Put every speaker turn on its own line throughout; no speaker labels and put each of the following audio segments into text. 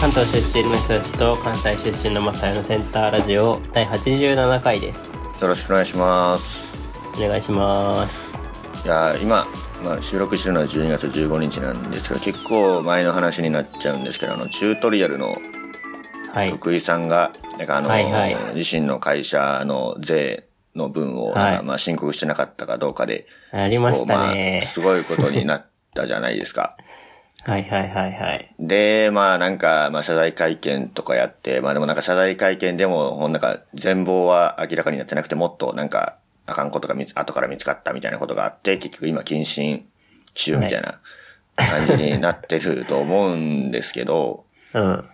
関東出身の人たちと関西出身のマサヤのセンターラジオ第87回です
よろしくお願いします
お願いします
いやー今、まあ、収録してるのは12月15日なんですけど結構前の話になっちゃうんですけどあのチュートリアルの
はい
徳井さんがなんかあの、
はいはい
自身の会社の税の分を
はい
なんかまあ申告してなかったかどうかで、
ありました
こうまあ
ね
すごいことになったじゃないですか。
はいはいはいはい
で、まあなんか、まあ謝罪会見とかやって、まあでもなんか謝罪会見でも、ほんなんか全貌は明らかになってなくて、もっとなんか、あかんことが見つ、後から見つかったみたいなことがあって、結局今謹慎中みたいな感じになってると思うんですけど、
うん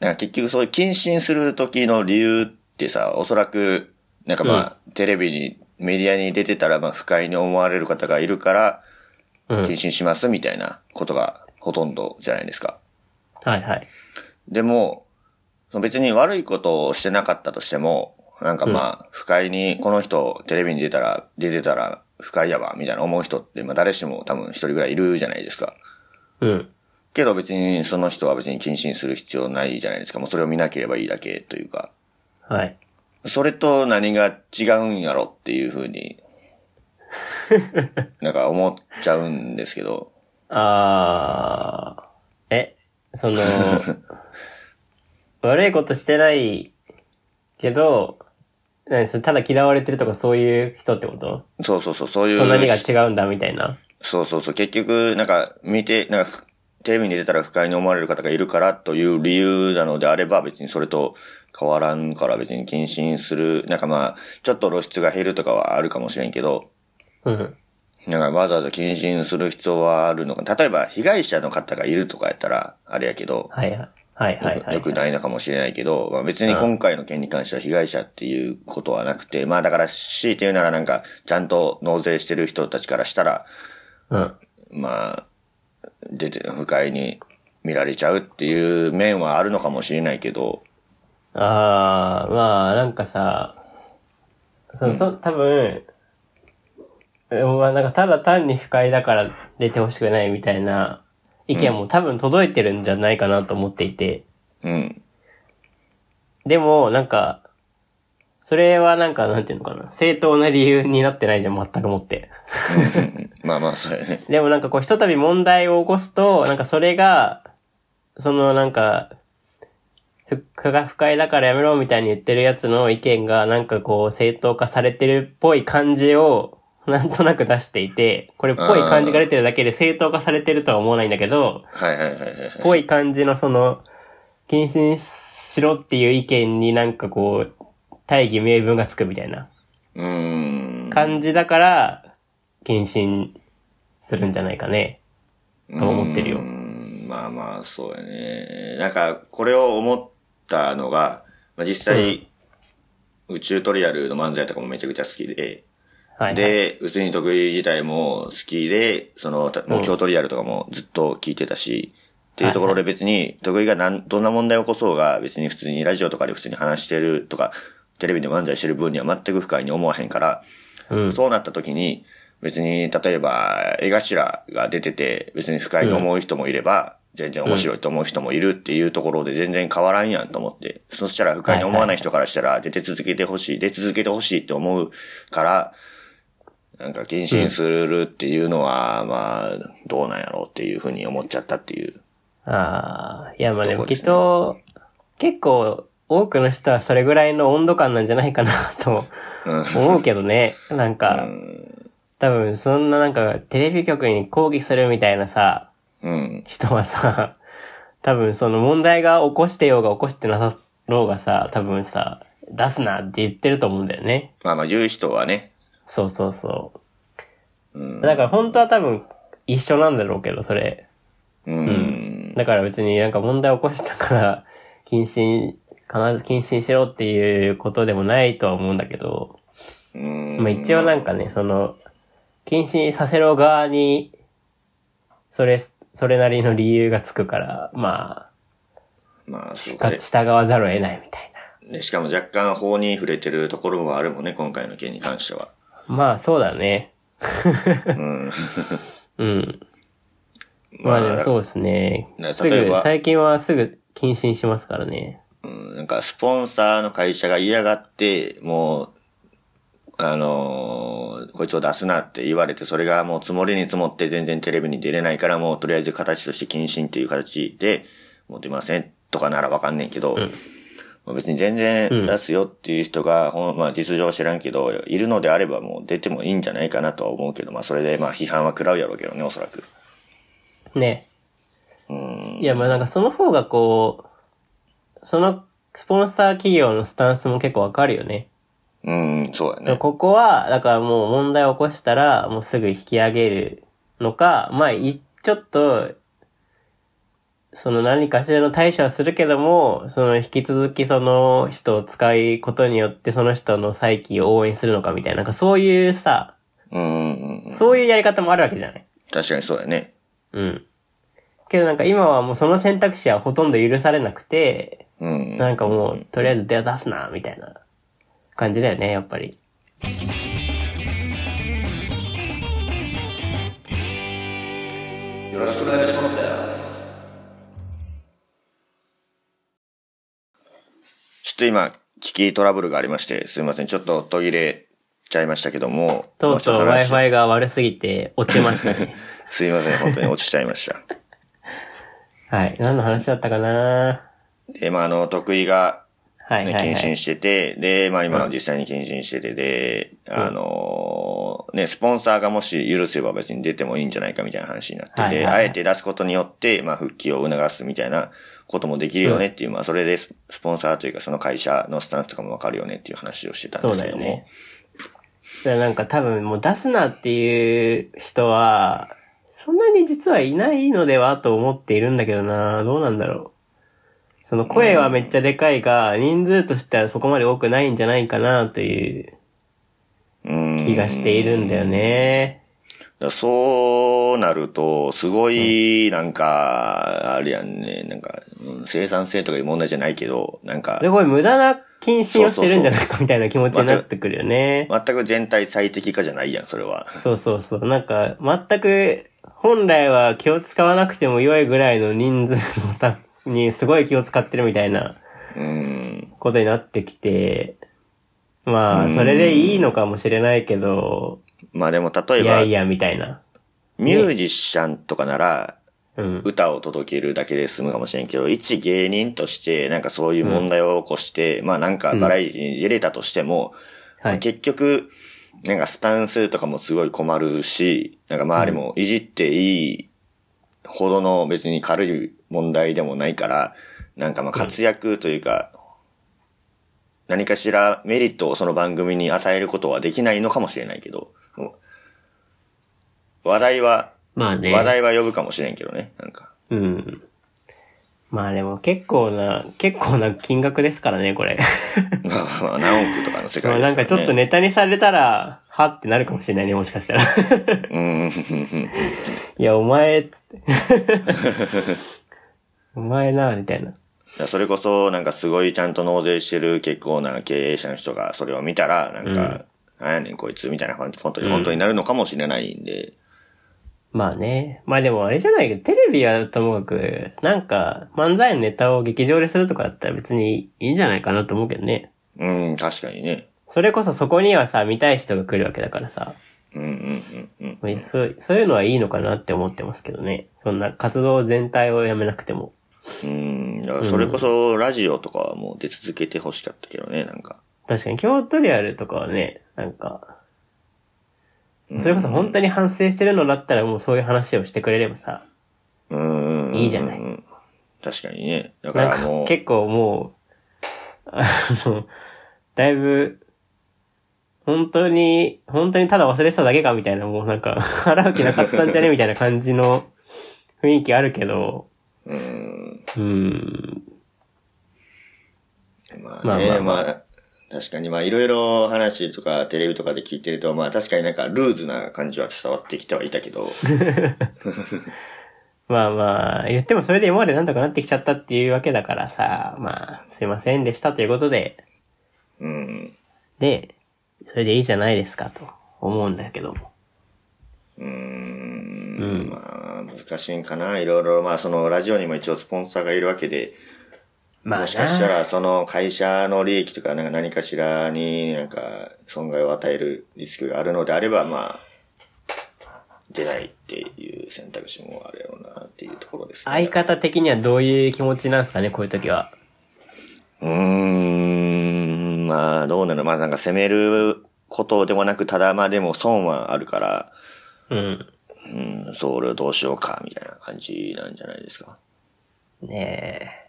なんか結局そういう謹慎する時の理由ってさ、おそらく、なんかまあ、テレビに、メディアに出てたら、まあ不快に思われる方がいるから、
うん
謹慎しますみたいなことがほとんどじゃないですか。
はいはい
でも、その別に悪いことをしてなかったとしても、なんかまあ、不快に、この人、テレビに出たら、出てたら、不快やわ、みたいな思う人って、まあ誰しも多分一人ぐらいいるじゃないですか。
うん
けど別に、その人は別に謹慎する必要ないじゃないですか。もうそれを見なければいいだけというか。
はい
それと何が違うんやろっていうふ うに、なんか思っちゃうんですけど。
あーえそ の悪いことしてないけど何それただ嫌われてるとかそういう人ってこと
そうそうそう、そういう。
と何が違うんだみたいな
そうそうそう。結局、なんか、見て、なんかふ、テレビに出たら不快に思われる方がいるからという理由なのであれば、別にそれと変わらんから別に謹慎する。なんかまあ、ちょっと露出が減るとかはあるかもしれんけど、
うん
なんかわざわざ謹慎する必要はあるのか。例えば、被害者の方がいるとかやったら、あれやけど、
はいはいはいはいはい
よくないのかもしれないけど、まあ、別に今回の件に関しては被害者っていうことはなくて、まあだから、強いて言うならなんか、ちゃんと納税してる人たちからしたら、
うん
まあ、出て、不快に見られちゃうっていう面はあるのかもしれないけど、
ああ、まあ、なんかさ、その、そ、多分、えまあ、なんかただ単に不快だから出てほしくないみたいな意見も多分届いてるんじゃないかなと思っていて。
うん。
でも、なんか、それはなんか、なんていうのかな。正当な理由になってないじゃん、全くもって。
まあまあ、そうやね。
でもなんかこう、ひとたび問題を起こすと、なんかそれが、そのなんか、ふ不が不快だからやめろみたいに言ってるやつの意見がなんかこう正当化されてるっぽい感じをなんとなく出していて、これっぽい感じが出てるだけで正当化されてるとは思わないんだけど、
はいはいはいはいはい。
ぽい感じのその、謹慎しろっていう意見になんかこう、大義名分がつくみたいな
うーん。
感じだから、謹慎するんじゃないかね、と思ってるよ
うー。んまあまあ、そうやね。なんか、これを思ったのが、まあ、実際、宇宙トリアルの漫才とかもめちゃくちゃ好きで、
はいはい、
で、宇宙に得意自体も好きで、その、たもう京都リアルとかもずっと聞いてたし、っていうところで別に、得意がなんどんな問題を起こそうが、別に普通にラジオとかで普通に話してるとか、テレビで漫才してる分には全く不快に思わへんから、
うん。
そうなった時に、別に、例えば、絵頭が出てて、別に不快に思う人もいれば、全然面白いと思う人もいるっていうところで全然変わらんやんと思って。そしたら不快に思わない人からしたら、出て続けてほしい、出続けてほしいって思うから、なんか謹慎するっていうのは、まあ、どうなんやろうっていうふうに思っちゃったっていう。
ああ、いやまあで
ど
も
こで
き
す
っ
ね
と、結構多くの人はそれぐらいの温度感なんじゃないかなと
うん。
思うけどね。なん
う
か、
ん
多分そんななんかテレビ局に抗議するみたいなさ、
うん。
人はさ、 多分その問題が起こしてようが起こしてなさろうがさ、多分さ、出すなって言ってると思うんだよね。
まあまあ、言う人はね。
そうそうそうう。
ん。
だから本当は多分一緒なんだろうけど、それ。
うん。
だから別になんか問題起こしたから、 謹慎、必ず謹慎しろっていうことでもないとは思うんだけど、
うん。
まあ一応なんかね、その、謹慎させろ側に、それ、それなりの理由がつくから、ま
まあ、そう
あ、
かね。
従わざるを得ないみたい
ね、しかも若干法に触れてるところもあるもんね、今回の件に関しては。
な。まあそうだね。
うん。
うん。まあでもそうですね
ね。
す
例え
ぐ、
ば
最近はすぐ謹慎しますからね。
うん、なんかスポンサーの会社が嫌がって、もう、あのーこいつを出すなって言われて、それがもう積もりに積もって全然テレビに出れないから、もうとりあえず形として謹慎っていう形で、もう出ませんとかならわかんねんけど、
ん
まあ別に全然
うん
出すよっていう人が、ほんまあ実情は知らんけど、いるのであればもう出てもいいんじゃないかなとは思うけど、まあそれでまあ批判は食らうやろうけどね、おそらく。
ね。
うん。
いや、まあなんかその方がこう、そのスポンサー企業のスタンスも結構わかるよね。
うん、そうやね。
ここは、だからもう問題を起こしたら、もうすぐ引き上げるのか、まあ、いちょっと、その何かしらの対処はするけども、その引き続きその人を使いことによってその人の再起を応援するのかみたいな、なんかそういうさ、
うんうんうん。
そういうやり方もあるわけじゃない
確かにそうやね。
うん。けどなんか今はもうその選択肢はほとんど許されなくて、
うん。
なんかもうとりあえず手を出すな、みたいな感じだよね、やっぱり。
よろしくお願いします。ちょっと今、機器トラブルがありまして、すいません。ちょっと途切れちゃいましたけども。
とうとう
まあちょっ話
Wi-Fi が悪すぎて落ちました ね。
すいません。本当に落ちちゃいました。
はい。何の話だったかな
で、まあ、あの、得意が、
はい、は
ね、
い、は
謹
い
慎。してて、で、まあ今実際に謹慎してて、で、あのーね、スポンサーがもし許せば別に出てもいいんじゃないかみたいな話になって、
はいはい
で、
はい
あえて出すことによって、まあ復帰を促すみたいなこともできるよねっていう、まあそれでススポンサーというかその会社のスタンスとかもわかるよねっていう話をしてたん
そ
で
う
す
だ
けど
よ
も。
ね。だからなんか多分もう出すなっていう人は、そんなに実はいないのではと思っているんだけどなどうなんだろう。その声はめっちゃでかいが、人数としてはそこまで多くないんじゃないかなという
うん
気がしているんだよね。
だからそうなると、すごい、なんか、あれやんね、なんか、うん生産性とかいう問題じゃないけど、なんか、
すごい無駄な謹慎をしてるんじゃないかみたいな気持ちになってくるよね。
全く全体最適化じゃないやん、それは。
そうそうそう。なんか、全く、本来は気を使わなくても良いぐらいの人数のたに、すごい気を使ってるみたいな
うん。
ことになってきて、ま
う
あ、
ん
それでいいのかもしれないけど、
まあでも、例え
い
ば
や、いや、みたいな。
ミュージシャンとかなら、
うん。
歌を届けるだけで済むかもしれんけど、一芸人として、なんかそういう問題を起こして、まあなんかバラエティに出れたとしても、
はい。
結局、なんかスタンスとかもすごい困るし、なんか周りもいじっていいほどの別に軽い問題でもないから、なんかまあ活躍というか、何かしらメリットをその番組に与えることはできないのかもしれないけど、もう話題は、
まあね。
話題は呼ぶかもしれんけどね、なんか。
うん。まあでも結構な、結構な金額ですからね、これ。
まあまあ何億とかの世界です
ま
ら
あ
ね。
なんかちょっとネタにされたら、はってなるかもしれないね、もしかしたら。
うん。うん
いや、お前、つって。 お前な、みたいな。
だからそれこそ、なんかすごいちゃんと納税してる結構な経営者の人がそれを見たら、なんか、なんやねんこいつみたいなコントに本当になるのかもしれないんで、
まあね。まあでもあれじゃないけど、テレビはともかく、なんか、漫才のネタを劇場でするとかだったら別にいいんじゃないかなと思うけどね。
うん、確かにね。
それこそそこにはさ、見たい人が来るわけだからさ、
うんうんうんうん。
そうそういうのはいいのかなって思ってますけどね。そんな活動全体をやめなくても。
うん、だからそれこそラジオとかはもう出続けてほしかったけどね、なんか。
確かに京都リアルとかはね、なんか、
うん
それこそ本当に反省してるのだったらもうそういう話をしてくれればさ、
うんうんうん。
いいじゃない。
確かにね。だか
なん
ら
か
もう、
結構もう、あの、だいぶ、本当に、本当にただ忘れてただけかみたいな、もうなんか、払う気なかったんじゃねみたいな感じの雰囲気あるけど、
うん。
うん、
ま
ま
あ
あ
ね、
ま
ま
あ
あ、確かにまあいろいろ話とかテレビとかで聞いてると、まあ確かになんかルーズな感じは伝わってきてはいたけど、
まあまあ、言ってもそれで今までなんとかなってきちゃったっていうわけだからさ、まあ、すいませんでしたということで、
うん。
で、それでいいじゃないですかと思うんだけども。
うーん
うん
まあ、難しいんかな。いろいろ、まあ、その、ラジオにも一応スポンサーがいるわけで、
まあな
もしかしたら、その会社の利益とか、なんか何かしらに、なんか、損害を与えるリスクがあるのであれば、まあ、出ないっていう選択肢もあるよな、っていうところですね。
相方的にはどういう気持ちなんですかね、こういう時は。
うーん、まあ、どうなのまあ、なんか責めることでもなく、ただまあでも損はあるから、
うん。
うん、それをどうしようか、みたいな感じなんじゃないですか。
ね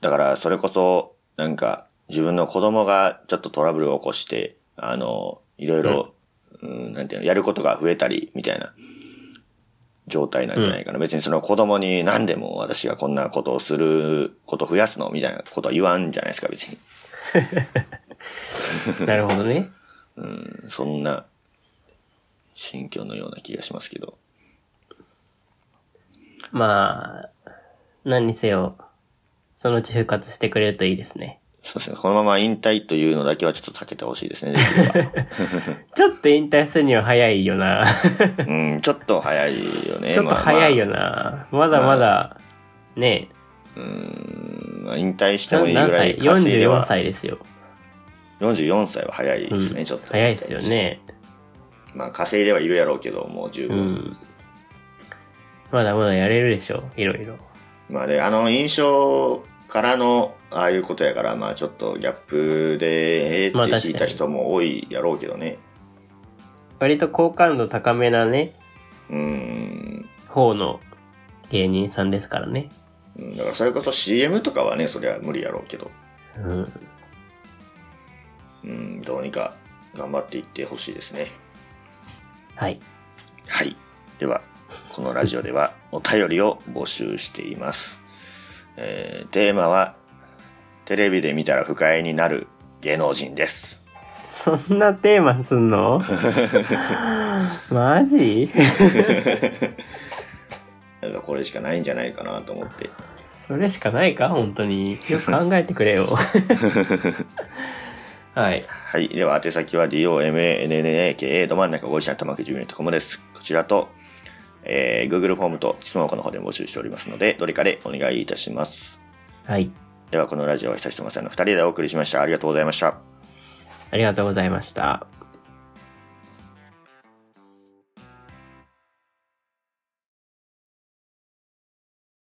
だから、それこそ、なんか、自分の子供がちょっとトラブルを起こして、あの、いろいろ、うん、なんていうの、やることが増えたり、みたいな、状態なんじゃないかな。別にその子供に何でも私がこんなことをすること増やすのみたいなことは言わんじゃないですか、別に。
え。なるほどね。
うん、そんな、心境のような気がしますけど。
まあ、何にせよ、そのうち復活してくれるといいですね。
そうですね。このまま引退というのだけはちょっと避けてほしいですね、できれば。
ちょっと引退するには早いよな。
うん、ちょっと早いよ ね。
ちょっと
まあまあ
早いよな。まだまだ、ね
うんまあ、引退し
え、
て
な
もいいぐ
何
らい
歳
稼いで
?44
は
歳ですよ。
44歳は早いですね、
うん
ちょっと。
早いですよ。ね。
まあ、稼いではいるやろうけど、もう十
う
分。
ん。まだまだやれるでしょ、いろいろ。
まあね、あの、印象からの、ああいうことやから、まあ、ちょっとギャップで、ええ
まあ
って
確か
引い
に
た人も多いやろうけどね。
割と好感度高めなね、
うん。
方の芸人さんですからね。
うんだから、それこそ CM とかはね、そりゃ無理やろうけど、
うん。
うん、どうにか頑張っていってほしいですね。
はい。
はい。では、このラジオではお便りを募集しています。えーテーマは、テレビで見たら不快になる芸能人です。
そんなテーマすん のマジ
なんかこれしかないんじゃないかなと思って。
それしかないか本当に。よく考えてくれよ。はい。
はい。では、宛先は DOMANNAKA ど真ん中5時の玉木純とコムです。こちらと、えー Google フォームと質問箱の方で募集しておりますので、どれかでお願いいたします。
はい。
では、このラジオは久しぶりの2人でお送りしました。ありがとうございました。
ありがとうございました。